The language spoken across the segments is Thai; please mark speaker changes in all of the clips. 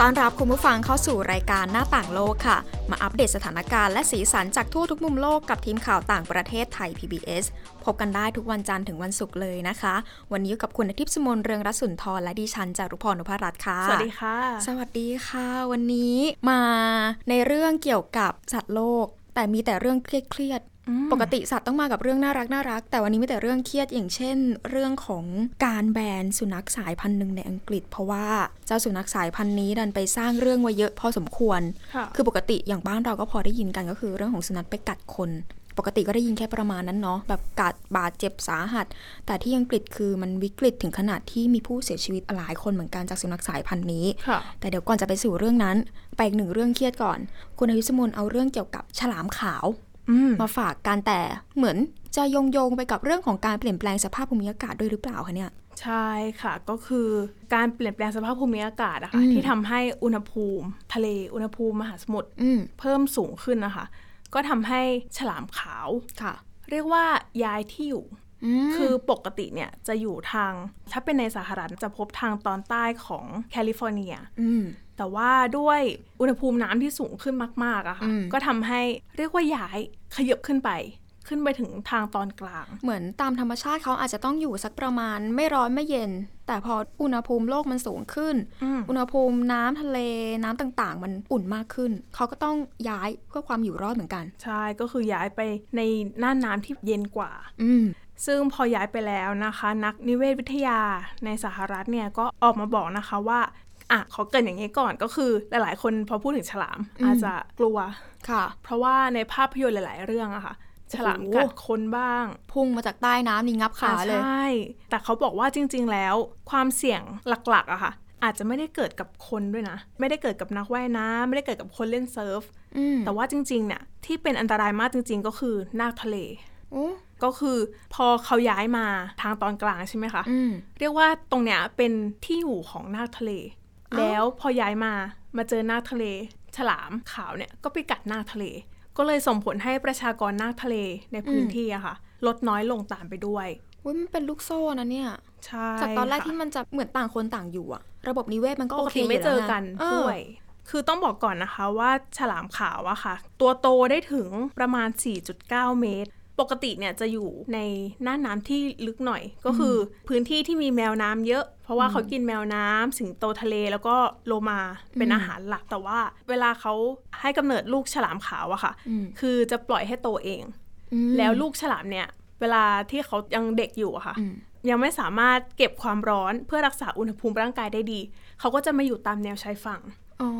Speaker 1: ต้อนรับคุณผู้ฟังเข้าสู่รายการหน้าต่างโลกค่ะ มาอัปเดตสถานการณ์และสีสันจากทั่วทุกมุมโลกกับทีมข่าวต่างประเทศไทย PBS พบกันได้ทุกวันจันทร์ถึงวันศุกร์เลยนะคะ วันนี้อยู่กับคุณอาทิตย์สมนเรืองรัศนทรและดิฉันจารุพรนุภรัตน์ค่ะ
Speaker 2: สวัสดีค่ะ
Speaker 1: สวัสดีค่ะ วันนี้มาในเรื่องเกี่ยวกับสัตว์โลก แต่มีแต่เรื่องเครียดๆ
Speaker 2: อืม
Speaker 1: ปกติสัตว์ต้องมากับเรื่องน่ารักน่ารัก แต่วันนี้มีแต่เรื่องเครียดอย่างเช่น เรื่องของการแบนสุนัขสายพันธุ์หนึ่งในอังกฤษ เพราะว่าเจ้าสุนัขสายพันธุ์นี้ดันไปสร้างเรื่องไว้เยอะพอสมควร
Speaker 2: ค่ะ
Speaker 1: คือปกติอย่างบ้านเราก็พอได้ยินกันก็คือเรื่องของสุนัขไปกัดคน ปกติก็ได้ยินแค่ประมาณนั้นเนาะแบบกัดบาดเจ็บสาหัส แต่ที่อังกฤษคือมันวิกฤตถึงขนาดที่มีผู้เสียชีวิตหลายคนเหมือนกันจากสุนัขสายพันธุ์นี้
Speaker 2: ค่ะ
Speaker 1: แต่เดี๋ยวก่อนจะไปสู่เรื่องนั้น ไปอีกหนึ่งเรื่องเครียดก่อน คุณอายุสมนเอาเรื่องเกี่ยวกับฉลามขาว
Speaker 2: อืม
Speaker 1: มาฝากกันแต่เหมือนจะโยงโยงๆไปกับเรื่องของการเปลี่ยนแปลงสภาพภูมิอากาศด้วยหรือเปล่าคะเนี่ย
Speaker 2: ใช่ค่ะ ก็คือการเปลี่ยนแปลงสภาพภูมิอากาศอะค่ะ
Speaker 1: อืม
Speaker 2: ที่ทำให้อุณหภูมิ ทะเลอุณหภูมิมหาสมุทร
Speaker 1: อืม
Speaker 2: เพิ่มสูงขึ้นนะคะ ก็ทำให้ฉลามขาว
Speaker 1: ค่ะ
Speaker 2: เรียกว่าย้ายที่อยู่
Speaker 1: อืม
Speaker 2: คือปกติเนี่ยจะอยู่ทาง ถ้าเป็นในสหรัฐจะพบทางตอนใต้ของแคลิฟอร์เนีย
Speaker 1: อืม
Speaker 2: แต่ว่าด้วยอุณหภูมิน้ำที่สูงขึ้นมาก ๆอะ
Speaker 1: อื
Speaker 2: ค่ะ
Speaker 1: ม
Speaker 2: ก็ทำให้เรียกว่าย้ายขยับขึ้นไป ขึ้นไปถึงทางตอนกลาง
Speaker 1: เหมือนตามธรรมชาติเขาอาจจะต้องอยู่สักประมาณไม่ร้อนไม่เย็น แต่พออุณหภูมิโลกมันสูงขึ้น
Speaker 2: อืม
Speaker 1: อุณหภูมิน้ำทะเลน้ำต่างๆ มันอุ่นมากขึ้น เขาก็ต้องย้ายเพื่อความอยู่รอดเหมือนกัน
Speaker 2: ใช่ ก็คือย้ายไปในน่านน้ำที่เย็นกว่า
Speaker 1: อืม
Speaker 2: ซึ่งพอย้ายไปแล้วนะคะ นักนิเวศวิทยาในสหรัฐเนี่ยก็ออกมาบอกนะคะว่าอ่ะขอเกรินอย่างนี้ก่อนก็คือหลายๆ คนพอพูดถึงฉลาม
Speaker 1: อืม
Speaker 2: อาจจะกลัว
Speaker 1: ค่ะ
Speaker 2: เพราะว่าในภาพยนตร์หลาย ๆ เรื่องอะค่ะ ฉลามกัดคนบ้าง
Speaker 1: พุ่งมาจากใต้น้ำนี่งับขาเลย
Speaker 2: ใช่ แต่เขาบอกว่าจริง ๆ แล้ว ความเสี่ยงหลัก ๆอะค่ะ อาจจะไม่ได้เกิดกับคนด้วยนะ ไม่ได้เกิดกับนักว่ายน้ำไม่ได้เกิดกับคนเล่นเซิร์ฟ
Speaker 1: อืม
Speaker 2: แต่ว่าจริงๆเนี่ยที่เป็นอันตรายมากจริง ๆ ก็คือนาคทะเล
Speaker 1: โอ้
Speaker 2: ก็คือพอเขาย้ายมาทางตอนกลางใช่ไหมคะ
Speaker 1: อืม
Speaker 2: เรียกว่าตรงเนี้ยเป็นที่อยู่ของนาคทะเล
Speaker 1: อ้าว
Speaker 2: แล้วพอย้ายมามาเจอนาคทะเล ฉลามขาวเนี่ยก็ไปกัดนาคทะเล ก็เลยส่งผลให้ประชากรนาคทะเลในพื้นที่อะค่ะ ลดน้อยลงตามไปด้วย
Speaker 1: เว้ยมันเป็นลูกโซ่นะเนี่ย
Speaker 2: ใช่
Speaker 1: จากตอนแรกที่
Speaker 2: ค่ะ
Speaker 1: มันจะเหมือนต่างคนต่างอยู่อะระบบนิเวศมันก็
Speaker 2: ป
Speaker 1: โอก เค
Speaker 2: ติไม่
Speaker 1: ยู่
Speaker 2: เจ
Speaker 1: แล้ว
Speaker 2: อ
Speaker 1: นะ
Speaker 2: กัน
Speaker 1: เออ
Speaker 2: ด้วย คือต้องบอกก่อนนะคะว่าฉลามขาวอะค่ะ ตัวโตได้ถึงประมาณ 4.9 เมตร ปกติเนี่ยจะอยู่ในหน้าน้ำที่ลึกหน่อย ก็คืออพื้นที่ที่มีแมวน้ำเยอะ เพราะว่าเขากินแมวน้ำสิงโตทะเลแล้วก็โลมาเป็นอาหารหลักแต่ว่า เวลาเขาให้กำเนิดลูกฉลามขาวอะค่ะ
Speaker 1: ม
Speaker 2: คือจะปล่อยให้โตเอง
Speaker 1: อืม
Speaker 2: แล้วลูกฉลามเนี่ยเวลาที่เขายังเด็กอยู่อะค่ะ
Speaker 1: อืม
Speaker 2: ยังไม่สามารถเก็บความร้อนเพื่อรักษาอุณหภูมิร่างกายได้ดี เขาก็จะมาอยู่ตามแนวชายฝั่ง
Speaker 1: อ๋อ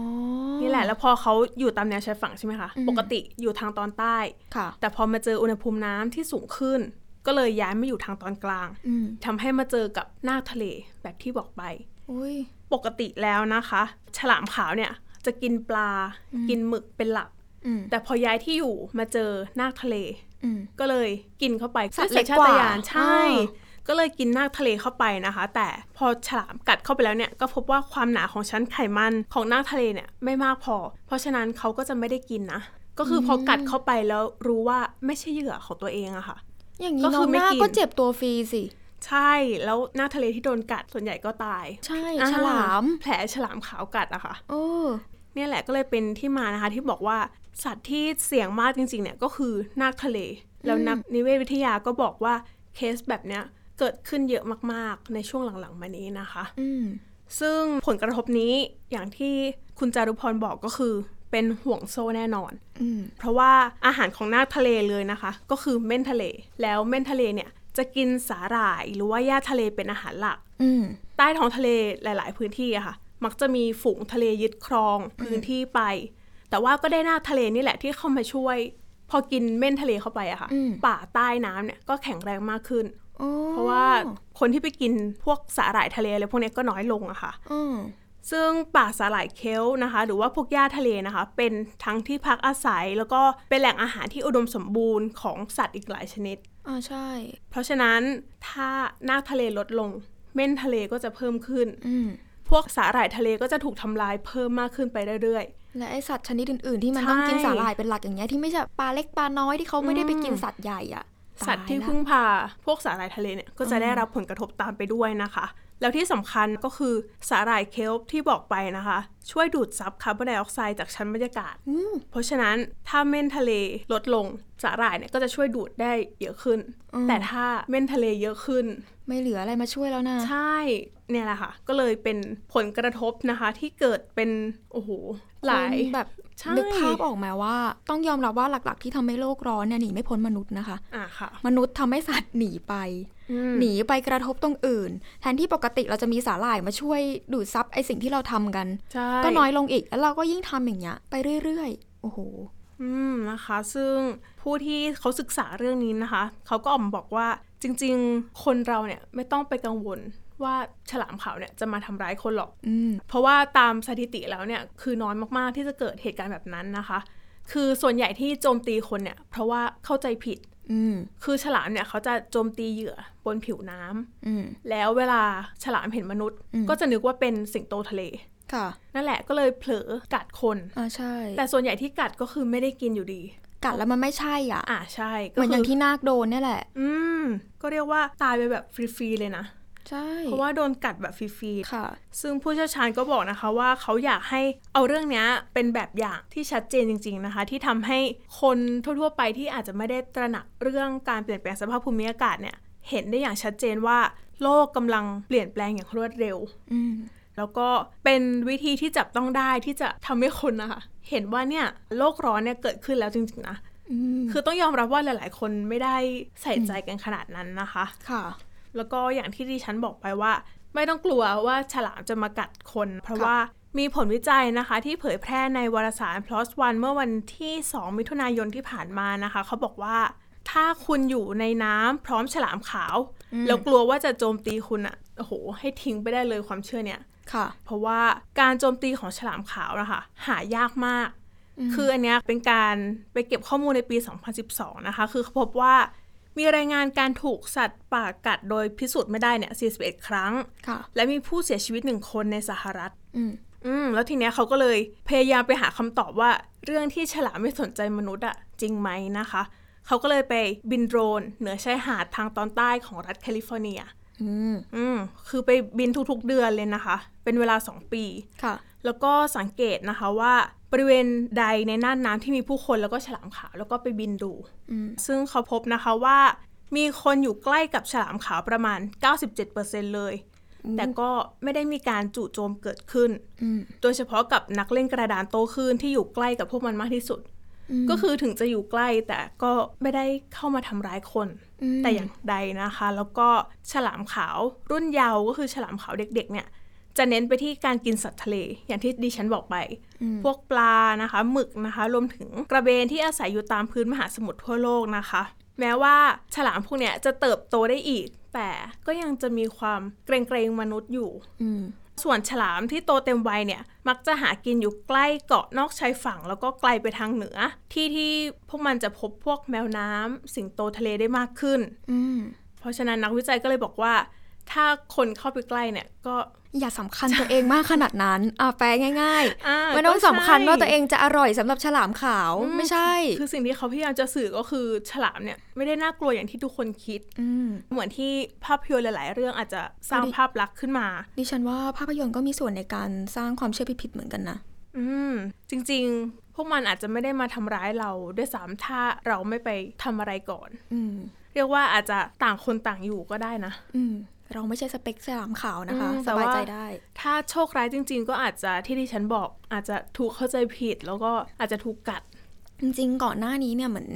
Speaker 2: นี่แหละ แล้วพอเขาอยู่ตามแนวชายฝั่งใช่ไหมคะ
Speaker 1: อืม
Speaker 2: ปกติอยู่ทางตอนใต้
Speaker 1: ค่ะ
Speaker 2: แต่พอมาเจออุณหภูมิน้ำที่สูงขึ้น ก็เลยย้ายมาอยู่ทางตอนกลาง
Speaker 1: อืม
Speaker 2: ทำให้มาเจอกับนาคทะเลแบบที่บอกไป
Speaker 1: อุ้ย
Speaker 2: ปกติแล้วนะคะ ฉลามขาวเนี่ยจะกินปลา
Speaker 1: อืม
Speaker 2: กินหมึกเป็นหลัก
Speaker 1: อืม
Speaker 2: แต่พอย้ายที่อยู่มาเจอนาคทะเล
Speaker 1: อืม
Speaker 2: ก็เลยกินเข้าไป
Speaker 1: สัตว์
Speaker 2: ด้วยชาตญาณ
Speaker 1: เล็กกว่า
Speaker 2: ใช่
Speaker 1: อ่
Speaker 2: ก็เลยกินนาคทะเลเข้าไปนะคะ แต่พอฉลามกัดเข้าไปแล้วเนี่ย ก็พบว่าความหนาของชั้นไขมันของนาคทะเลเนี่ยไม่มากพอ เพราะฉะนั้นเขาก็จะไม่ได้กินนะ ก็คือพอกัดเข้าไปแล้วรู้ว่าไม่ใช่เหยื่อของตัวเองอะค่ะ
Speaker 1: อย่างนี้
Speaker 2: ก็
Speaker 1: น้
Speaker 2: คือ
Speaker 1: องหน้า
Speaker 2: ไม่กิน
Speaker 1: ก็เจ็บตัวฟรีสิ
Speaker 2: ใช่แล้วนาคทะเลที่โดนกัดส่วนใหญ่ก็ตาย
Speaker 1: ใช่
Speaker 2: อ่
Speaker 1: ฉลาม
Speaker 2: แผลฉลามขาวกัดอะค่ะ
Speaker 1: โอ้
Speaker 2: เนี่ยแหละก็เลยเป็นที่มานะคะที่บอกว่าสัตว์ที่เสี่ยงมากจริงๆเนี่ยก็คือนาคทะเล แล้วนักนิเวศวิทยาก็บอกว่าเคสแบบเนี้ยเกิดขึ้นเยอะมากๆ ในช่วงหลังๆมานี้นะคะ
Speaker 1: อืม
Speaker 2: ซึ่งผลกระทบนี้อย่างที่คุณจารุพรบอกก็คือ เป็นห่วงโซ่แน่นอน
Speaker 1: อืม
Speaker 2: เพราะว่าอาหารของนาคทะเลเลยนะคะ ก็คือเม่นทะเล แล้วเม่นทะเลเนี่ยจะกินสาหร่ายหรือว่าหญ้าทะเลเป็นอาหารหลัก
Speaker 1: อืม
Speaker 2: ใต้ท้องทะเลหลาย ๆ พื้นที่อะค่ะ มักจะมีฝูงทะเลยึดครองพื้นที่ไป แต่ว่าก็ได้หน้าทะเลนี่แหละที่เข้ามาช่วย พอกินเม่นทะเลเข้าไปอะค่ะ
Speaker 1: อืม
Speaker 2: ป่าใต้น้ำเนี่ยก็แข็งแรงมากขึ้น
Speaker 1: โอ้
Speaker 2: เพราะว่าคนที่ไปกินพวกสาหร่ายทะเลอะไรพวกเนี้ยก็น้อยลงอะค่ะ
Speaker 1: อืม
Speaker 2: ซึ่งป่าสาหร่ายเคลป์นะคะ หรือว่าพวกหญ้าทะเลนะคะ เป็นทั้งที่พักอาศัย แล้วก็เป็นแหล่งอาหารที่อุดมสมบูรณ์ของสัตว์อีกหลายชนิด
Speaker 1: อ่าใช่
Speaker 2: เพราะฉะนั้นถ้าหน้าทะเลลดลง เม่นทะเลก็จะเพิ่มขึ้น
Speaker 1: อืม
Speaker 2: พ วกสาหร่ายทะเลก็จะถูกทำลายเพิ่มมากขึ้นไปเรื่อย
Speaker 1: และไอสัตว์ชนิดอื่น ๆ ที่มันต้องกิน
Speaker 2: ใช่
Speaker 1: สาหร่ายเป็นหลักอย่างเงี้ยที่ไม่ใช่ปลาเล็กปลาน้อยที่เขาไม่ได้ไป
Speaker 2: อืม
Speaker 1: กินสัตว์ใหญ่อะ
Speaker 2: ๆ สัตว์ที่
Speaker 1: ายละ
Speaker 2: พึ่งพาพวกสาหร่ายทะเลเนี่ยก็จะได้รับผลกระทบตามไปด้วยนะคะ แล้วที่สำคัญก็คือสาหร่ายเคลป์ที่บอกไปนะคะ ช่วยดูดซับคาร์บอนไดออกไซด์จากชั้นบรรยากาศ
Speaker 1: อืม
Speaker 2: เพราะฉะนั้นถ้าเม่นทะเลลดลงสาหร่ายเนี่ยก็จะช่วยดูดได้เยอะขึ้น แต่ถ้าเม่นทะเลเยอะขึ้น
Speaker 1: ไม่เหลืออะไรมาช่วยแล้วนะ
Speaker 2: ใช่เนี่ยแหละค่ะ ก็เลยเป็นผลกระทบนะคะ ที่เกิดเป็นโอ้โหหลาย
Speaker 1: คุณแบบ
Speaker 2: ใช่
Speaker 1: นึกภาพออกไหมาว่า ต้องยอมรับว่าหลัก ๆ ที่ทำให้โลกร้อนเนี่ยหนีไม่พ้นมนุษย์นะคะ
Speaker 2: อ่ะค่ะ
Speaker 1: มนุษย์ทำให้สัตว์หนีไป
Speaker 2: อืม
Speaker 1: หนีไปกระทบตรงอื่น แทนที่ปกติเราจะมีสาหร่ายมาช่วยดูดซับไอสิ่งที่เราทำกัน
Speaker 2: ใช่
Speaker 1: ก็น้อยลงอีกแล้วเราก็ยิ่งทำอย่างเงี้ยไปเรื่อยๆ โอ้โห
Speaker 2: อืมนะคะ ซึ่งผู้ที่เขาศึกษาเรื่องนี้นะคะ เขาก็ออกมาบอกว่าจริงๆ คนเราเนี่ยไม่ต้องไปกังวลว่าฉลามขาวเนี่ยจะมาทำร้ายคนหรอก
Speaker 1: อืม
Speaker 2: เพราะว่าตามสถิติแล้วเนี่ยคือน้อยมากๆที่จะเกิดเหตุการณ์แบบนั้นนะคะ คือส่วนใหญ่ที่โจมตีคนเนี่ยเพราะว่าเข้าใจผิด
Speaker 1: อืม
Speaker 2: คือฉลามเนี่ยเขาจะโจมตีเหยื่อบนผิวน้ำ
Speaker 1: อืม
Speaker 2: แล้วเวลาฉลามเห็นมนุษย์
Speaker 1: อืม
Speaker 2: ก็จะนึกว่าเป็นสิงโตทะเล
Speaker 1: ค่ะ
Speaker 2: นั่นแหละก็เลยเผลอกัดคน
Speaker 1: อ่าใช่
Speaker 2: แต่ส่วนใหญ่ที่กัดก็คือไม่ได้กินอยู่ดี
Speaker 1: กัดแล้วมันไม่ใช่อ่ะ
Speaker 2: อ่าใช่
Speaker 1: เห
Speaker 2: ก็
Speaker 1: มือนอ
Speaker 2: คื
Speaker 1: ย่างที่นาคโดนเนี่ยแหละ
Speaker 2: อืม ก็เรียกว่าตายไปแบบฟรีๆเลยนะ
Speaker 1: ใช่
Speaker 2: เพราะว่าโดนกัดแบบฟรีๆ
Speaker 1: ค่ะ
Speaker 2: ซึ่งผู้เชี่ยวชาญก็บอกนะคะว่าเขาอยากให้เอาเรื่องเนี้ยเป็นแบบอย่างที่ชัดเจนจริง ๆนะคะ ที่ทำให้คนทั่วๆไปที่อาจจะไม่ได้ตระหนักเรื่องการเปลี่ยนแปลงสภาพภูมิอากาศเนี่ยเห็นได้อย่างชัดเจนว่า โลกกำลังเปลี่ยนแปลงอย่างรวดเร็ว
Speaker 1: อืม
Speaker 2: แล้วก็เป็นวิธีที่จับต้องได้ที่จะทำให้คนนะคะเห็นว่าเนี่ยโลกร้อนเนี่ยเกิดขึ้นแล้วจริงๆนะ
Speaker 1: อืม
Speaker 2: คือต้องยอมรับว่าหลาย ๆ คนไม่ได้ใส่ใจกันขนาดนั้นนะคะ
Speaker 1: ค่ะ
Speaker 2: แล้วก็อย่างที่ดิฉันบอกไปว่า ไม่ต้องกลัวว่าฉลามจะมากัดคน เพราะว่ามีผลวิจัยนะคะ ที่เผยแพร่ในวารสาร PLOS ONE เมื่อวันที่ 2 มิถุนายนที่ผ่านมานะคะ เขาบอกว่า ถ้าคุณอยู่ในน้ำพร้อมฉลามขาว แล้วกลัวว่าจะโจมตีคุณอะโอ้โห ให้ทิ้งไปได้เลยความเชื่อเนี่ย
Speaker 1: ค่ะ
Speaker 2: เพราะว่าการโจมตีของฉลามขาวนะคะหายากมาก
Speaker 1: อืม
Speaker 2: คืออันเนี้ยเป็นการไปเก็บข้อมูลในปี 2012 นะคะ คือเขาพบว่ามีรายงานการถูกสัตว์ป่ากัดโดยพิสูจน์ไม่ได้เนี่ย 41 ครั้ง
Speaker 1: ค่ะ
Speaker 2: และมีผู้เสียชีวิตหนึ่งคนในสหรัฐ
Speaker 1: อืม
Speaker 2: อืม แล้วทีเนี้ยเขาก็เลยพยายามไปหาคำตอบว่าเรื่องที่ฉลามไม่สนใจมนุษย์อะจริงไหมนะคะ เขาก็เลยไปบินโดรน เหนือชายหาดทางตอนใต้ของรัฐแคลิฟอร์เนีย
Speaker 1: อืม
Speaker 2: อืม คือไปบินทุกๆเดือนเลยนะคะ เป็นเวลา 2 ปี
Speaker 1: ค่ะ
Speaker 2: แล้วก็สังเกตนะคะว่าบริเวณใดในน่านน้ำที่มีผู้คนแล้วก็ฉลามขาวแล้วก็ไปบินดู
Speaker 1: อืม
Speaker 2: ซึ่งเขาพบนะคะว่า มีคนอยู่ใกล้กับฉลามขาวประมาณ 97%เลย แต่ก็ไม่ได้มีการจู่โจมเกิดขึ้น
Speaker 1: อืม
Speaker 2: โดยเฉพาะกับนักเล่นกระดานโต้คลื่นที่อยู่ใกล้กับพวกมันมากที่สุด ก็คือถึงจะอยู่ใกล้แต่ก็ไม่ได้เข้ามาทำร้ายคน
Speaker 1: อืม
Speaker 2: แต่อย่างใดนะคะ แล้วก็ฉลามขาวรุ่นเยาว์ก็คือฉลามขาวเด็กๆ เนี่ย จะเน้นไปที่การกินสัตว์ทะเล อย่างที่ดิฉันบอกไป พวกปลานะคะหมึกนะคะ รวมถึงกระเบนที่อาศัยอยู่ตามพื้นมหาสมุทรทั่วโลกนะคะ แม้ว่าฉลามพวกเนี้ยจะเติบโตได้อีก แต่ก็ยังจะมีความเกรงเกรงๆมนุษย์อยู่
Speaker 1: อืม
Speaker 2: ส่วนฉลามที่โตเต็มวัยเนี่ย มักจะหากินอยู่ใกล้เกาะนอกชายฝั่ง แล้วก็ไกลไปทางเหนือ ที่ที่พวกมันจะพบพวกแมวน้ำสิงโตทะเลได้มากขึ้น
Speaker 1: อืม
Speaker 2: เพราะฉะนั้นนักวิจัยก็เลยบอกว่า ถ้าคนเข้าไปใกล้เนี่ยก็
Speaker 1: อย่าสำคัญตัวเองมากขนาดนั้น อ่ะแปลง่าย
Speaker 2: า
Speaker 1: ๆ ไม่ต้อง
Speaker 2: ก็ใช่
Speaker 1: สำคัญว่าตัวเองจะอร่อยสำหรับฉลามขาว ไม่ใช่
Speaker 2: คือสิ่งที่เขาพยายามจะสื่อก็คือฉลามเนี่ยไม่ได้น่ากลัวอย่างที่ทุกคนคิด
Speaker 1: อืม
Speaker 2: เหมือนที่ภาพยนตร์หลาย ๆ เรื่องอาจจะสร้าง
Speaker 1: ดิ
Speaker 2: ภาพลักษณ์ขึ้นมา
Speaker 1: ดิฉันว่าภาพยนตร์ก็มีส่วนในการสร้างความเชื่อผิดๆเหมือนกันนะ
Speaker 2: อืมจริง ๆ พวกมันอาจจะไม่ได้มาทำร้ายเราด้วยซ้ำถ้าเราไม่ไปทำอะไรก่อน
Speaker 1: อืม
Speaker 2: เรียกว่าอาจจะต่างคนต่างอยู่ก็ได้นะ
Speaker 1: อืม เราไม่ใช่สเปคฉลามขาวนะคะ
Speaker 2: อืม
Speaker 1: ส
Speaker 2: แต่ว่า
Speaker 1: บายใจได้
Speaker 2: ถ้าโชคร้ายจริง ๆ ก็อาจจะที่ที่ฉันบอกอาจจะถูกเข้าใจผิด แล้วก็อาจจะถูกกัด
Speaker 1: จริงๆ ก่อนหน้านี้เนี่ยเหมือน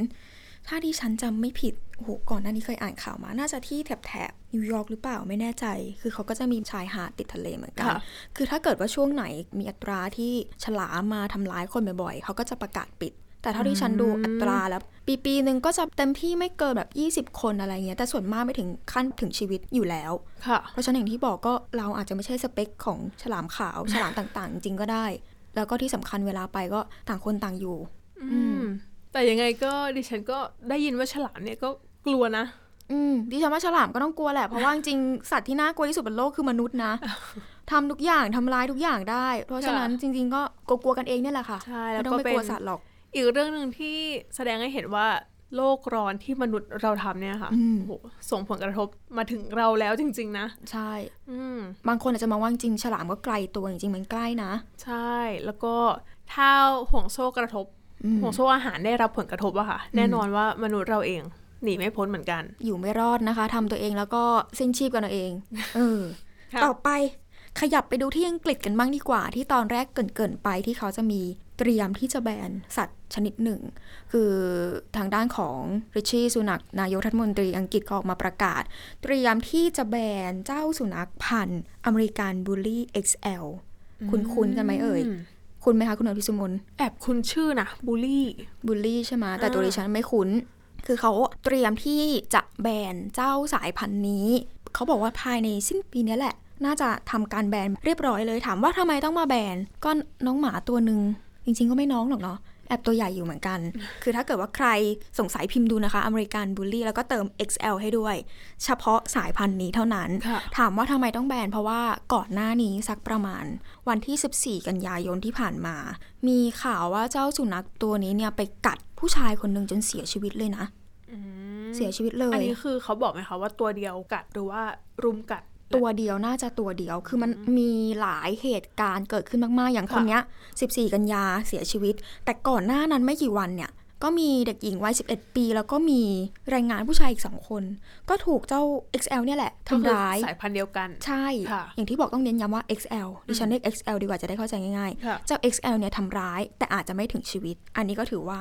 Speaker 1: ถ้าที่ฉันจำไม่ผิด โอ้โห ก่อนหน้านี้เคยอ่านข่าวมา น่าจะที่แถบแถบนิวยอร์กหรือเปล่าไม่แน่ใจ คือเขาก็จะมีชายหาดติดทะเลเหมือนกัน
Speaker 2: ค่ะ
Speaker 1: คือถ้าเกิดว่าช่วงไหนมีอัตราที่ฉลามมาทำร้ายคนบ่อยๆ เขาก็จะประกาศปิด แต่เท่าที่ฉันดูอัตราแล้ว ปีปีหนึ่งก็จะเต็มที่ไม่เกินแบบ 20 คนอะไรเงี้ย แต่ส่วนมากไม่ถึงขั้นถึงชีวิตอยู่แล้ว
Speaker 2: ค่ะ
Speaker 1: เพราะฉะนั้นอย่างที่บอกก็เราอาจจะไม่ใช่สเปคของฉลามขาว ฉลามต่างๆ จริงๆก็ได้ แล้วก็ที่สำคัญเวลาไปก็ต่างคนต่างอยู่
Speaker 2: อืม แต่ยังไงก็ดิฉันก็ได้ยินว่าฉลามเนี่ยก็กลัวนะ
Speaker 1: อืมดิฉันว่าฉลามก็ต้องกลัวแหละ เพราะว่าจริงๆสัตว์ที่น่ากลัวที่สุดบนโลกคือมนุษย์นะ ทำทุกอย่างทำร้ายทุกอย่างได้ เพราะฉะนั้นจริง ๆ ก็กลัวๆกันเองเนี่ยแหละค่ะ
Speaker 2: ใช่แล้ว
Speaker 1: ไม่ต้อ
Speaker 2: ก็
Speaker 1: งไป
Speaker 2: เป็
Speaker 1: ก
Speaker 2: น
Speaker 1: ลัวสัตว์หรอก
Speaker 2: อีกเรื่องหนึ่งที่แสดงให้เห็นว่าโลกร้อนที่มนุษย์เราทำเนี่ยค่ะ
Speaker 1: อืม
Speaker 2: โอ้โหส่งผลกระทบมาถึงเราแล้วจริง ๆ นะ
Speaker 1: ใช่
Speaker 2: อืม
Speaker 1: บางคนอาจจะมองว่าจริงๆฉลามก็ไกลตัวจริงๆมันใกล้นะ
Speaker 2: ใช่แล้วก็ถ้าห่วงโซ่กระทบ
Speaker 1: อืม
Speaker 2: ห่วงโซ่อาหารได้รับผลกระทบอะค่ะ แน่นอนว่ามนุษย์เราเองหนีไม่พ้นเหมือนกัน
Speaker 1: อยู่ไม่รอดนะคะทำตัวเองแล้วก็เส้นชีพกันเอาเองเออ ต่อไปขยับไปดูที่อังกฤษกันบ้างดีกว่า ที่ตอนแรกเกรินๆไปที่เขาจะมีเตรียมที่จะแบนสัตว์ชนิดหนึ่ง คือทางด้านของริชี่สุนักนายกรัฐมนตรีอังกฤษก็ออกมาประกาศ เตรียมที่จะแบนเจ้าสุนัขพันธุ์อเมริกันบูลลี่ XL คุณคุ้นๆกันไหมเอ่ย คุณไหมคะคุณอภิสมน
Speaker 2: แอบคุณชื่อนะบูลลี่
Speaker 1: บูลลี่ใช่ไหมแต่ตัว
Speaker 2: อ่า
Speaker 1: ดิฉันไม่คุ้น คือเขาเตรียมที่จะแบนเจ้าสายพันธุ์นี้ เขาบอกว่าภายในสิ้นปีเนี้ยแหละ น่าจะทำการแบนเรียบร้อยเลย ถามว่าทำไมต้องมาแบนก็น้องหมาตัวหนึ่งจริงๆก็ไม่น้องหรอกเนาะแอบตัวใหญ่อยู่เหมือนกัน คือถ้าเกิดว่าใครสงสัยพิมพ์ดูนะคะอเมริกันบูลลี่แล้วก็เติม XL ให้ด้วย เฉพาะสายพันธุ์นี้เท่านั้น
Speaker 2: ค่ะ
Speaker 1: ถามว่าทำไมต้องแบนเพราะว่าก่อนหน้านี้สักประมาณ วันที่ 14 กันยายนที่ผ่านมา มีข่าวว่าเจ้าสุนัขตัวนี้เนี่ยไปกัดผู้ชายคนหนึ่งจนเสียชีวิตเลยนะ เสียชีวิตเลย
Speaker 2: อันนี้คือเขาบอกไหมคะว่าตัวเดียวกัดหรือว่ารุมกัด
Speaker 1: ตัวเดียวน่าจะตัวเดียว คือมันมีหลายเหตุการณ์เกิดขึ้นมาก ๆ อย่าง
Speaker 2: ค่ะ
Speaker 1: คนเนี้ย 14 กันยาเสียชีวิต แต่ก่อนหน้านั้นไม่กี่วันเนี่ย ก็มีเด็กหญิงวัย 11 ปี แล้วก็มีแรงงานผู้ชายอีกสองคน ก็ถูกเจ้า XL เนี่ยแหละ
Speaker 2: ก็คือ
Speaker 1: ทำร้าย
Speaker 2: สายพันธุ์เดียวกัน
Speaker 1: ใช่
Speaker 2: ค่ะ
Speaker 1: อย่างที่บอกต้องเน้นย้ำว่า XL ดิฉันเรียก XL ดีกว่าจะได้เข้าใจง่าย
Speaker 2: ค่ะ
Speaker 1: ๆ เจ้า XL เนี่ยทำร้าย แต่อาจจะไม่ถึงชีวิต อันนี้ก็ถือว่า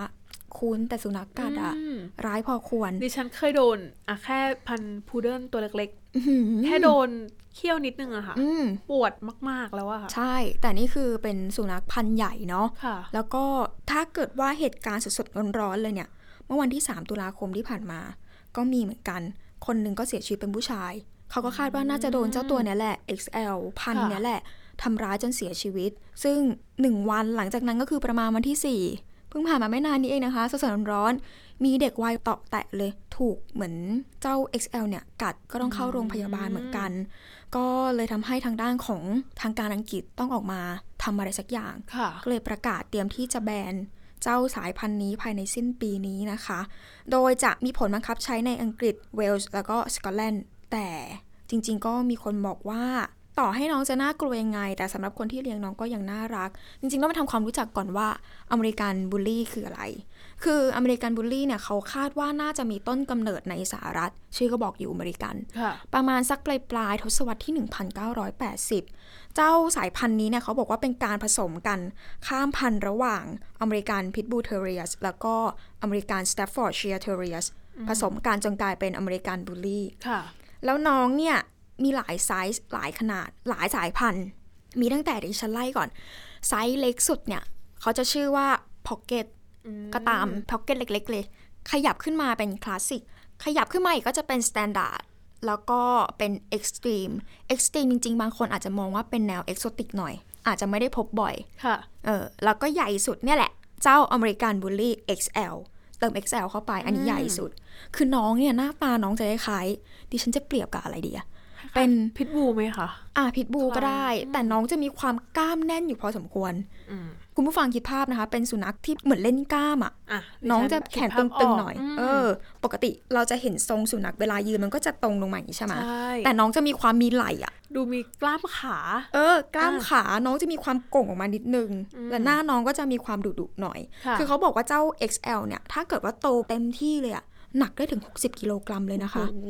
Speaker 1: คุณแต่สุนัขกัดอะ
Speaker 2: อืม
Speaker 1: ร้ายพอควร
Speaker 2: ดิฉันเคยโดนอะแค่พันธุ์พูเดิ้ลตัวเล็ก
Speaker 1: อื้อหือ
Speaker 2: ๆ แค่โดนเขี้ยวนิดนึงอะค่ะ
Speaker 1: อืม
Speaker 2: ปวดมากๆแล้วอะค่ะ
Speaker 1: ใช่ แต่นี่คือเป็นสุนัขพันธุ์ใหญ่เนาะ
Speaker 2: ค่ะ
Speaker 1: แล้วก็ถ้าเกิดว่าเหตุการณ์สดๆร้อนๆเลยเนี่ย เมื่อวันที่ 3 ตุลาคมที่ผ่านมา ก็มีเหมือนกัน คนหนึ่งก็เสียชีวิตเป็นผู้ชาย เขาก็คาดว่าน่าจะโดนเจ้าตัวเนี้แหละ XL พัน
Speaker 2: ค่ะ
Speaker 1: เนี้แหละทำร้ายจนเสียชีวิต ซึ่ง 1 วันหลังจากนั้นก็คือประมาณวันที่ 4 เพิ่งผ่านมาไม่นานนี้เองนะคะสดๆร้อนๆมีเด็กวัยเตาะแตะเลย ถูกเหมือนเจ้า XL เนี่ยกัดก็ต้องเข้าโรงพยาบาลเหมือนกัน ก็เลยทำให้ทางด้านของทางการอังกฤษต้องออกมาทำอะไรสักอย่าง
Speaker 2: ค่ะ
Speaker 1: ก็เลยประกาศเตรียมที่จะแบนเจ้าสายพันธุ์นี้ภายในสิ้นปีนี้นะคะ โดยจะมีผลบังคับใช้ในอังกฤษเวลส์แล้วก็สกอตแลนด์ แต่จริงๆ ก็มีคนบอกว่า ต่อให้น้องจะน่ากลัวยังไง แต่สำหรับคนที่เลี้ยงน้องก็ยังน่ารัก จริงๆ ต้องไปทำความรู้จักก่อนว่าอเมริกันบูลลี่คืออะไร คืออเมริกันบูลลี่เนี่ยเขาคาดว่าน่าจะมีต้นกำเนิดในสหรัฐ ชื่อก็บอกอยู่อเมริกัน
Speaker 2: ค่ะ
Speaker 1: ประมาณสักปลายปลายๆทศวรรษที่ 1980 เจ้าสายพันธุ์นี้เนี่ยเขาบอกว่าเป็นการผสมกันข้ามพันธุ์ระหว่างอเมริกันพิทบูเทเรียสแล้วก็อเมริกันสแตฟฟอร์ดเชียเทเรียสผสมกันจนกลายเป็นอเมริกันบูลลี่
Speaker 2: ค่ะ
Speaker 1: แล้วน้องเนี่ย มีหลายไซส์หลายขนาดหลายสายพันธุ์ มีตั้งแต่เดิฉันไล่ก่อน ไซส์เล็กสุดเนี่ย เขาจะชื่อว่าพ็อกเก็ตก็ตามพ็อกเก็ตเล็กๆเลย ขยับขึ้นมาเป็นคลาสสิกขยับขึ้นมาอีกก็จะเป็นสแตนดาร์ดแล้วก็เป็นเอ็กซ์ตรีมเอ็กซ์ตรีมจริง ๆ บางคนอาจจะมองว่าเป็นแนวเอกโซติกหน่อย อาจจะไม่ได้พบบ่อย
Speaker 2: ค่ะ
Speaker 1: เออแล้วก็ใหญ่สุดเนี่ยแหละ เจ้าอเมริกันบูลลี่ XL เติม XL เข้าไปอันนี้ใหญ่สุด คือน้องเนี่ยหน้าตาน้องจะคล้ายๆดิฉันจะเปรียบกับอะไรดีอะเป็น
Speaker 2: พิษบูไหมคะ
Speaker 1: อ่าพิทบูก็ได้ แต่น้องจะมีความกล้ามแน่นอยู่พอสมควร
Speaker 2: อืม
Speaker 1: คุณผู้ฟังคิดภาพนะคะ เป็นสุนัขที่เหมือนเล่นกล้ามอะ
Speaker 2: อ่ะ
Speaker 1: น้อง
Speaker 2: ดิ
Speaker 1: จะ
Speaker 2: ฉั
Speaker 1: แขน
Speaker 2: คิดภาพ
Speaker 1: ตึงๆหน่อย
Speaker 2: ม
Speaker 1: เออ ปกติเราจะเห็นทรงสุนัขเวลายืนมันก็จะตรงลงมาอย่างนี้ใช่ไหม
Speaker 2: ใช่
Speaker 1: แต่น้องจะมีความมีไหล่อะ
Speaker 2: ดูมีกล้ามขา
Speaker 1: เออกล้าม
Speaker 2: อ่า
Speaker 1: ขาน้องจะมีความโก่งออกมานิดนึง และหน้าน้องก็จะมีความดุดุๆหน่อย
Speaker 2: ค่ะ
Speaker 1: อเขาบอกว่าเจ้า XL เนี่ย ถ้าเกิดว่าโตเต็มที่เลยอะหนักได้ถึง 60 กิโลกรัมเลยนะคะ
Speaker 2: โอ้โห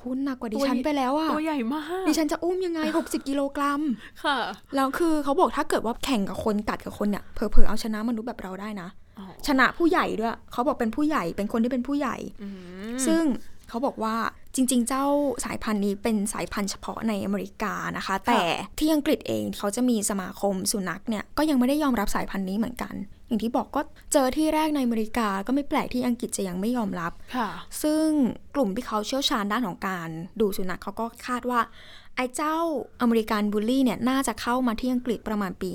Speaker 1: คุณหนักกว่าดิ
Speaker 2: ตัว
Speaker 1: ฉัน
Speaker 2: ใหญ่
Speaker 1: ไปแล้วอะ
Speaker 2: ตัวใหญ่มาก
Speaker 1: ดิฉันจะอุ้มยัง ไง 60 กิโลกรัม
Speaker 2: ค่ะ
Speaker 1: แล้วคือเขาบอกถ้าเกิดว่าแข่งกับคนกัดกับคนเนี่ยเผลอๆเอาชนะมนุษย์แบบเราได้นะ
Speaker 2: อ๋อ
Speaker 1: ชนะผู้ใหญ่ด้วยเขาบอกเป็นผู้ใหญ่เป็นคนที่เป็นผู้ใหญ่
Speaker 2: อืม
Speaker 1: ซึ่งเขาบอกว่าจริง ๆ เจ้าสายพันธุ์นี้เป็นสายพันธุ์เฉพาะในอเมริกานะคะ แต่ที่อังกฤษเองเขาจะมีสมาคมสุนัขเนี่ยก็ยังไม่ได้ยอมรับสายพันธุ์นี้เหมือนกัน อย่างที่บอกก็เจอที่แรกในอเมริกาก็ไม่แปลกที่อังกฤษจะยังไม่ยอมรับ
Speaker 2: ค่ะ
Speaker 1: ซึ่งกลุ่มที่เขาเชี่ยวชาญด้านของการดูสุนัขเขาก็คาดว่า ไอ้เจ้าอเมริกันบูลลี่เนี่ยน่าจะเข้ามาที่อังกฤษประมาณปี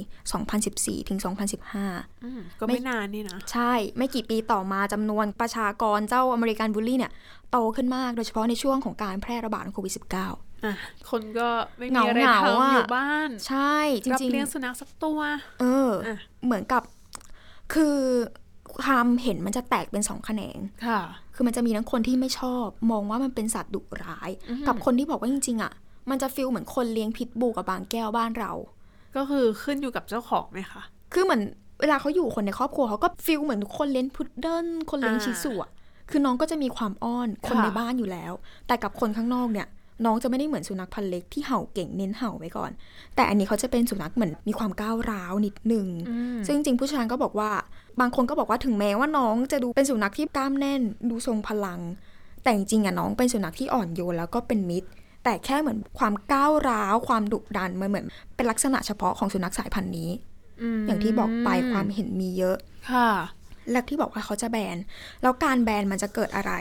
Speaker 1: 2014ถึง2015
Speaker 2: อืม ก็
Speaker 1: ไม่
Speaker 2: ไม่นานนี่นะ
Speaker 1: ใช่ ไม่กี่ปีต่อมาจำนวนประชากรเจ้าอเมริกันบูลลี่เนี่ย โตขึ้นมากโดยเฉพาะในช่วงของการแพร่ระบาดของโควิด -19
Speaker 3: อ่ะคนก็ไม่
Speaker 1: เห
Speaker 3: มี
Speaker 1: งาๆ
Speaker 3: อะไรทำอยู่
Speaker 1: อ่ะ
Speaker 3: บ้าน
Speaker 1: ใช่จ
Speaker 3: รับ
Speaker 1: ริง
Speaker 3: เลี้ยงสุนัขสักตัว
Speaker 1: ๆ เอออ
Speaker 3: ะ
Speaker 1: เหมือนกับคือความเห็นมันจะแตกเป็นสองแขนง
Speaker 3: ค่ะ
Speaker 1: คือมันจะมีทั้งคนที่ไม่ชอบ มองว่ามันเป็นสัตว์ดุร้าย
Speaker 3: อือหือ
Speaker 1: กับคนที่บอกว่าจริงๆอ่ะ มันจะฟิลเหมือนคนเลี้ยงพิษบูกับบางแก้วบ้านเรา
Speaker 3: ก็คือขึ้นอยู่กับเจ้าของไหมคะ
Speaker 1: คือเหมือนเวลาเขาอยู่คนในครอบครัวเขาก็ฟิลเหมือนทุกคนเลี้ยงพุดเดิ้ลคนเลี้ยง
Speaker 3: อ่า
Speaker 1: ชิสุอะคือน้องก็จะมีความอ้อนคน
Speaker 3: ค่ะ
Speaker 1: ในบ้านอยู่แล้ว แต่กับคนข้างนอกเนี่ย น้องจะไม่ได้เหมือนสุนัขพันธุ์เล็กที่เห่าเก่งเน้นเห่าไว้ก่อน แต่อันนี้เขาจะเป็นสุนัขเหมือนมีความก้าวร้าวนิดนึง ซึ่งจริงๆผู้เชี่ยวชาญก็บอกว่า บางคนก็บอกว่าถึงแม้ว่าน้องจะดูเป็นสุนัขที่กล้ามแน่น ดูทรงพลัง แต่จริงๆอะน้องเป็นสุนัขที่อ่อนโยนแล้วก็เป็นมิตร แต่แค่เหมือนความก้าวร้าว ความดุดันมันเหมือนเป็นลักษณะเฉพาะของสุนัขสายพันธุ์นี้
Speaker 3: ม
Speaker 1: อย่างที่บอกไปความเห็นมีเยอะ
Speaker 3: ค่ะ
Speaker 1: และที่บอกว่าเขาจะแบน แล้วการแบนมันจะเกิดอะไร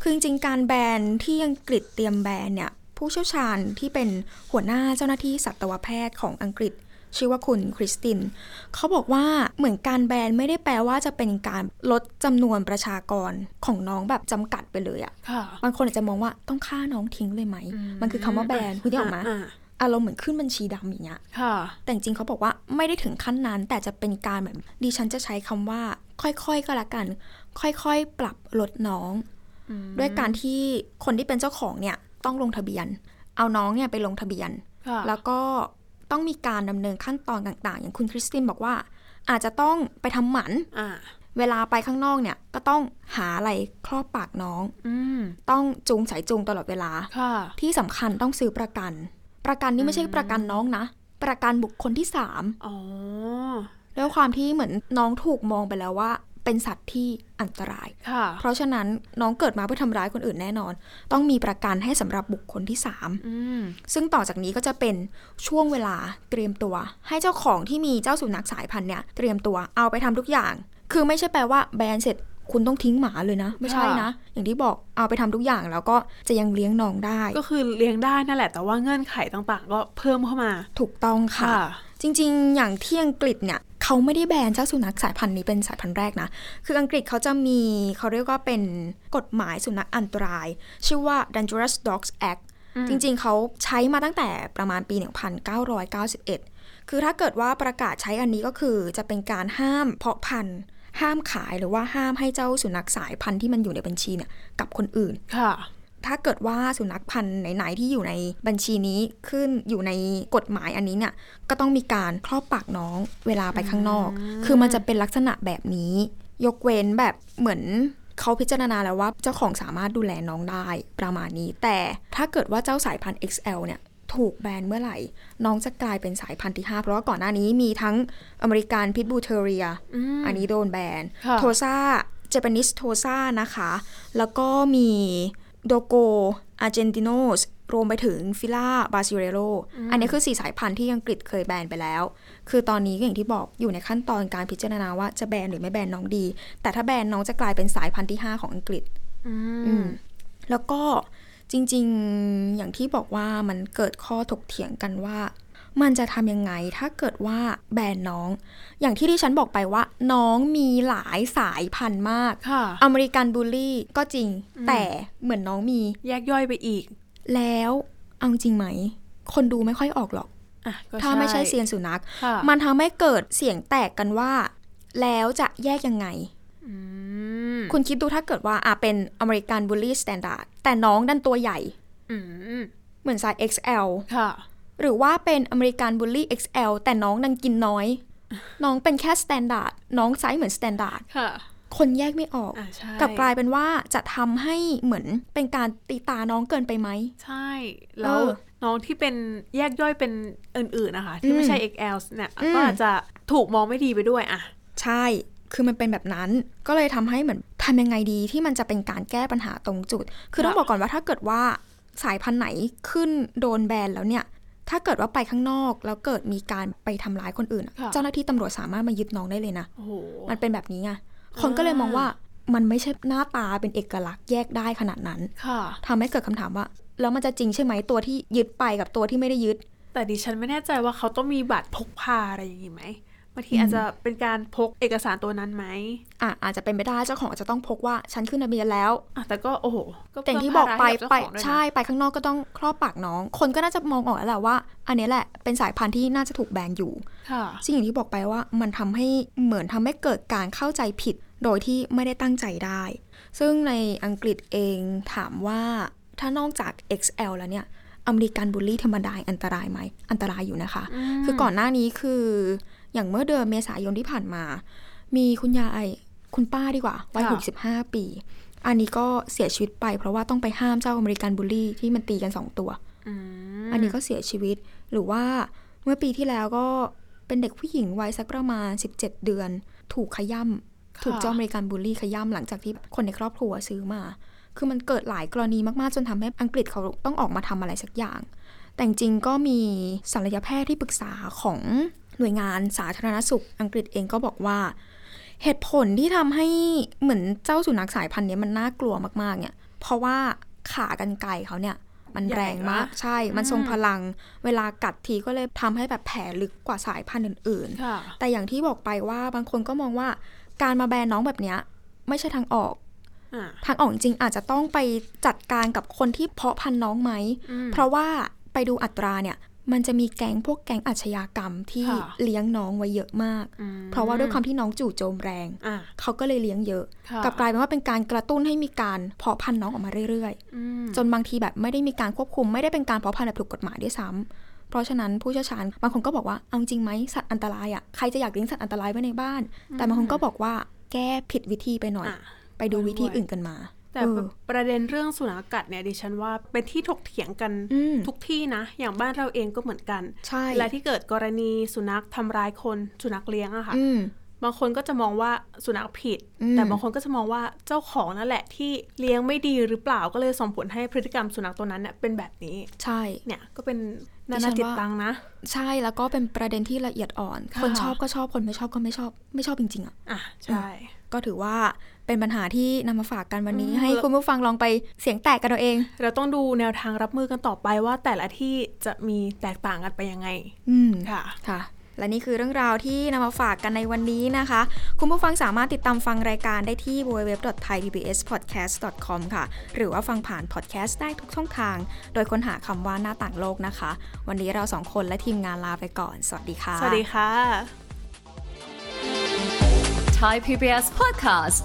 Speaker 1: คือจริงๆ การแบนที่อังกฤษเตรียมแบนเนี่ย ผู้เชี่ยวชาญที่เป็นหัวหน้าเจ้าหน้าที่สัตวแพทย์ของอังกฤษ ชื่อว่าคุณคริสติน เขาบอกว่าเหมือนการแบนไม่ได้แปลว่าจะเป็นการลดจำนวนประชากรของน้องแบบจำกัดไปเลยอะ
Speaker 3: ค่ะ
Speaker 1: บางคนอาจจะมองว่าต้องฆ่าน้องทิ้งเลยไหม มันคือคำว่าแบนคุณที่ออกมา
Speaker 3: ะ
Speaker 1: อารมณ์เหมือนขึ้นบัญชีดำอย่างเงี้ย
Speaker 3: ค่ะ
Speaker 1: แต่จริงๆเขาบอกว่าไม่ได้ถึงขั้นนั้น แต่จะเป็นการเหมือนดิฉันจะใช้คำว่า ค่อยๆก็แล้วกัน ค่อยๆ ปรับลดน้อง ด้วยการที่คนที่เป็นเจ้าของเนี่ยต้องลงทะเบียน เอาน้องเนี่ยไปลงทะเบียน
Speaker 3: ค่ะ
Speaker 1: แล้วก็ต้องมีการดำเนินขั้นตอนต่าง ๆ อย่างคุณคริสตินบอกว่า อาจจะต้องไปทำหมัน
Speaker 3: อ่า
Speaker 1: เวลาไปข้างนอกเนี่ยก็ต้องหาอะไรครอบปากน้อง
Speaker 3: อืม
Speaker 1: ต้องจูงสายจูงตลอดเวลา
Speaker 3: ค่ะ
Speaker 1: ที่สำคัญต้องซื้อประกัน ประกันนี่ไม่ใช่ประกันน้องนะ ประกันบุคคลที่สาม
Speaker 3: อ๋อ
Speaker 1: ด้วยความที่เหมือนน้องถูกมองไปแล้วว่า เป็นสัตว์ที่อันตราย
Speaker 3: ค่ะ
Speaker 1: เพราะฉะนั้นน้องเกิดมาเพื่อทำร้ายคนอื่นแน่นอน ต้องมีประกันให้สำหรับบุคคลที่
Speaker 3: อืม
Speaker 1: 3 ซึ่งต่อจากนี้ก็จะเป็นช่วงเวลาเตรียมตัว ให้เจ้าของที่มีเจ้าสุนัขสายพันธุ์เนี่ยเตรียมตัวเอาไปทำทุกอย่าง คือไม่ใช่แปลว่าแบนเสร็จคุณต้องทิ้งหมาเลยนะ ไม่ใช่นะ อย่างที่บอกเอาไปทำทุกอย่างแล้วก็จะยังเลี้ยงน้องได้
Speaker 3: ก็คือเลี้ยงได้นั่นแหละ แต่ว่าเงื่อนไขต่างๆ ก็เพิ่มเข้ามา
Speaker 1: ถูกต้องค่ะ จริงๆ อย่างที่อังกฤษเนี่ยเขาไม่ได้แบนเจ้าสุนัขสายพันธุ์นี้เป็นสายพันธุ์แรกนะ คืออังกฤษเขาจะมีเขาเรียกว่าเป็นกฎหมายสุนัขอันตราย ชื่อว่า Dangerous Dogs Act จริงๆ เขาใช้มาตั้งแต่ประมาณปี 1991 คือถ้าเกิดว่าประกาศใช้อันนี้ก็คือจะเป็นการห้ามเพาะพันธุ์ ห้ามขายหรือว่าห้ามให้เจ้าสุนัขสายพันธุ์ที่มันอยู่ในบัญชีเนี่ยกับคนอื่น
Speaker 3: ค่ะ
Speaker 1: ถ้าเกิดว่าสุนัขพันธุ์ไหนๆที่อยู่ในบัญชีนี้ขึ้นอยู่ในกฎหมายอันนี้เนี่ยก็ต้องมีการครอบปากน้องเวลาไปข้างนอก คือมันจะเป็นลักษณะแบบนี้ ยกเว้นแบบเหมือนเขาพิจารณาแล้วว่าเจ้าของสามารถดูแลน้องได้ประมาณนี้ แต่ถ้าเกิดว่าเจ้าสายพันธุ์ XL เนี่ยถูกแบนเมื่อไหร่ น้องจะกลายเป็นสายพันธุ์ที่ 5 เพราะว่าก่อนหน้านี้มีทั้งอเมริกันพิทบูเทเรีย อันนี้โดนแบน
Speaker 3: ค่ะ
Speaker 1: โทซาเจแปนิสโทซานะคะ แล้วก็มีโดโกอาร์เจนติโนสรวมไปถึงฟิล่าบาซิเรโรอันนี้คือ 4 สายพันธุ์ที่อังกฤษเคยแบนไปแล้ว คือตอนนี้ก็อย่างที่บอกอยู่ในขั้นตอนการพิจารณาว่าจะแบนหรือไม่แบนน้องดี แต่ถ้าแบนน้องจะกลายเป็นสายพันธุ์ที่ 5 ของอังกฤษ
Speaker 3: อื
Speaker 1: อื
Speaker 3: ม
Speaker 1: มแล้วก็จริงๆอย่างที่บอกว่ามันเกิดข้อถกเถียงกันว่า มันจะทำยังไงถ้าเกิดว่าแบรนด์น้อง อย่างที่ดิฉันบอกไปว่า น้องมีหลายสายพันธุ์มาก
Speaker 3: ค่ะ
Speaker 1: อเมริกันบูลลี่ก็จริง แต่เหมือนน้องมี
Speaker 3: แยกย่อยไปอีก
Speaker 1: แล้วเอาจริงไหม คนดูไม่ค่อยออกหรอก
Speaker 3: อ่ะ ก็
Speaker 1: ถ้าไม่ใช่เซียนสุนัข
Speaker 3: ค่ะ
Speaker 1: มันทำให้เกิดเสียงแตกกันว่า แล้วจะแยกยังไง
Speaker 3: อืม
Speaker 1: คุณคิดดูถ้าเกิดว่าอ่ะเป็นอเมริกันบูลลี่สแตนดาร์ดแต่น้องดันตัวใหญ่
Speaker 3: อืม
Speaker 1: เหมือนไซส์ XL
Speaker 3: ค่ะ
Speaker 1: หรือว่าเป็นอเมริกันบูลลี่ XL แต่น้องนันกินน้อย น้องเป็นแค่สแตนดาร์ดน้องไซส์เหมือนสแตนดาร์ด
Speaker 3: ค่ะ
Speaker 1: คนแยกไม่ออก
Speaker 3: อ่ะใช่
Speaker 1: กลับกลายเป็นว่าจะทำให้เหมือนเป็นการตีตาน้องเกินไปไหม
Speaker 3: ใช่ แล้ว
Speaker 1: เออ
Speaker 3: น้องที่เป็นแยกย่อยเป็นอื่นๆนะคะ ที่ไม่ใช่ XL เนี่ย
Speaker 1: อืม
Speaker 3: ก็อาจจะถูกมองไม่ดีไปด้วยอ่ะ
Speaker 1: ใช่ คือมันเป็นแบบนั้น ก็เลยทำให้เหมือนทำยังไงดีที่มันจะเป็นการแก้ปัญหาตรงจุด คือต้อง
Speaker 3: ค่ะ
Speaker 1: บอกก่อนว่าถ้าเกิดว่าสายพันธุ์ไหนขึ้นโดนแบนแล้วเนี่ย ถ้าเกิดว่าไปข้างนอกแล้วเกิดมีการไปทำร้ายคนอื่นอะเจ้าหน้าที่ตำรวจสามารถมายึดน้องได้เลยนะ
Speaker 3: โอ้โห
Speaker 1: มันเป็นแบบนี้ไง คนก็เลยมองว่ามันไม่ใช่หน้าตาเป็นเอกลักษณ์แยกได้ขนาดนั้น
Speaker 3: ค่ะ
Speaker 1: ทำให้เกิดคำถามว่า แล้วมันจะจริงใช่ไหมตัวที่ยึดไปกับตัวที่ไม่ได้ยึด
Speaker 3: แต่ดิฉันไม่แน่ใจว่าเขาต้องมีบัตรพกพาอะไรอย่างนี้ไหม
Speaker 2: างทีอาจจะเป็นการพกเอกสารตัวนั้นไหม
Speaker 1: อ่ะอาจจะเป็นไปได้เจ้าของอาจจะต้องพกว่าฉันขึ้นทะเบียนแล้ว
Speaker 2: อ่ะแต่ก็โอ้โห
Speaker 1: แต่อย่างที่บ
Speaker 2: เพิ่
Speaker 1: อ
Speaker 2: ม
Speaker 1: ก
Speaker 2: ภา
Speaker 1: ไป
Speaker 2: ระให้กับ
Speaker 1: ไป
Speaker 2: เจ้าของด้วยนะ
Speaker 1: ใช่ไปข้างนอกก็ต้องครอบปากน้อง คนก็น่าจะมองออกแล้วแหละว่า อันนี้แหละเป็นสายพันธุ์ที่น่าจะถูกแบนอยู่
Speaker 2: ค่ะ
Speaker 1: ซึ่งอย่างที่บอกไปว่ามันทำให้เหมือนทำให้เกิดการเข้าใจผิด โดยที่ไม่ได้ตั้งใจได้ ซึ่งในอังกฤษเองถามว่าถ้านอกจาก XL แล้วเนี่ย อเมริกันบูลลี่ธรรมดาอันตรายไหม อันตรายอยู่นะคะ คือก่อนหน้านี้คืออย่างเมื่อเดือนเมษายนที่ผ่านมา มีคุณยายคุณป้าดีกว่าวัย
Speaker 2: ค่ะ
Speaker 1: หกสิบห้าปี อันนี้ก็เสียชีวิตไปเพราะว่าต้องไปห้ามเจ้าอเมริกันบูลลี่ที่มันตีกันสองตัว
Speaker 2: อืม
Speaker 1: อันนี้ก็เสียชีวิตหรือว่าเมื่อปีที่แล้วก็เป็นเด็กผู้หญิงวัยสักประมาณ 17 เดือน ถูกขย่ำถูกเจ้าอเมริกันบูลลี่ขย่ำหลังจากที่คนในครอบครัวซื้อมา คือมันเกิดหลายกรณีมากๆ จนทำให้อังกฤษเขาต้องออกมาทำอะไรสักอย่าง แต่จริงๆก็มีศัลยแพทย์ที่ปรึกษาของหน่วยงานสาธารณสุข อังกฤษเองก็บอกว่า เหตุผลที่ทำให้เหมือนเจ้าสุนัขสายพันธุ์เนี้ยมันน่ากลัวมากๆเนี่ย เพราะว่าขากรรไกรเขาเนี่ย มันแรงมากใช่ มันทรงพลัง เวลากัดทีก็เลยทำให้แบบแผลลึกกว่าสายพันธุ์อื่น ๆ
Speaker 2: ค่ะ
Speaker 1: แต่อย่างที่บอกไปว่าบางคนก็มองว่าการมาแบนน้องแบบเนี้ยไม่ใช่ทางออก
Speaker 2: อ่ะ
Speaker 1: ทางออกจริงๆอาจจะต้องไปจัดการกับคนที่เพาะพันธุ์น้องไหม
Speaker 2: อืม
Speaker 1: เพราะว่าไปดูอัตราเนี่ย มันจะมีแก๊งพวกแก๊งอาชญากรรมที่
Speaker 2: ค่ะ
Speaker 1: เลี้ยงน้องไว้เยอะมาก
Speaker 2: อืม
Speaker 1: เพราะว่าด้วยความที่น้องจู่โจมแรง
Speaker 2: อ่ะ
Speaker 1: เขาก็เลยเลี้ยงเยอะ
Speaker 2: ค่ะ
Speaker 1: กลับกลายเป็นว่าเป็นการกระตุ้นให้มีการเพาะพันธุ์น้องออกมาเรื่อยๆ
Speaker 2: อืม
Speaker 1: จนบางทีแบบไม่ได้มีการควบคุมไม่ได้เป็นการเพาะพันธุ์แบบถูกกฎหมายด้วยซ้ำเพราะฉะนั้นผู้เชี่ยวชาญบางคนก็บอกว่าเอาจริงไหมสัตว์อันตรายอ่ะใครจะอยากเลี้ยงสัตว์อันตรายไว้ในบ้าน แต่บางคนก็บอกว่าแก้ผิดวิธีไปหน่อย
Speaker 2: อ่ะ
Speaker 1: ไปดูวิธีอื่นกันมา
Speaker 2: แต่
Speaker 1: เออ
Speaker 2: ประเด็นเรื่องสุนัขกัดเนี่ยดิฉันว่าเป็นที่ถกเถียงกัน
Speaker 1: อืม
Speaker 2: ทุกที่นะ อย่างบ้านเราเองก็เหมือนกัน
Speaker 1: ใช่
Speaker 2: เวลาที่เกิดกรณีสุนัขทำร้ายคนสุนัขเลี้ยงอะค่ะ
Speaker 1: อืม
Speaker 2: บางคนก็จะมองว่าสุนัขผิด
Speaker 1: อืม
Speaker 2: แต่บางคนก็จะมองว่าเจ้าของนั่นแหละที่เลี้ยงไม่ดีหรือเปล่าก็เลยส่งผลให้พฤติกรรมสุนัขตัวนั้นเนี่ยเป็นแบบนี้
Speaker 1: ใช่
Speaker 2: เนี่ยก็เป็นนา
Speaker 1: ดิฉั
Speaker 2: นาน
Speaker 1: ว่า
Speaker 2: จิตตังนะ
Speaker 1: ใช่แล้วก็เป็นประเด็นที่ละเอียดอ่อน
Speaker 2: ค่ะ
Speaker 1: คนชอบก็ชอบคนไม่ชอบก็ไม่ชอบ ไม่ชอบจริงๆอ่ะ
Speaker 2: อ่ะใช่
Speaker 1: ก็ถือว่าเป็นปัญหาที่นำมาฝากกันวันนี้
Speaker 2: อืม
Speaker 1: ให้
Speaker 2: แล้ว
Speaker 1: คุณผู้ฟังลองไปเสียงแตกกันเอาเอง
Speaker 2: เราต้องดูแนวทางรับมือกันต่อไปว่าแต่ละที่จะมีแตกต่างกันไปยังไง
Speaker 1: อืม
Speaker 2: ค่ะ
Speaker 1: ค่ะ และนี่คือเรื่องราวที่นำมาฝากกันในวันนี้นะคะ คุณผู้ฟังสามารถติดตามฟังรายการได้ที่ www.thaipbspodcast.com ค่ะ หรือว่าฟังผ่านพอดแคสต์ได้ทุกช่องทาง โดยค้นหาคำว่าหน้าต่างโลกนะคะ วันนี้เราสองคนและทีมงานลาไปก่อน สวัสดีค่ะ
Speaker 2: สวัสดีค่ะ
Speaker 4: Thai PBS podcast.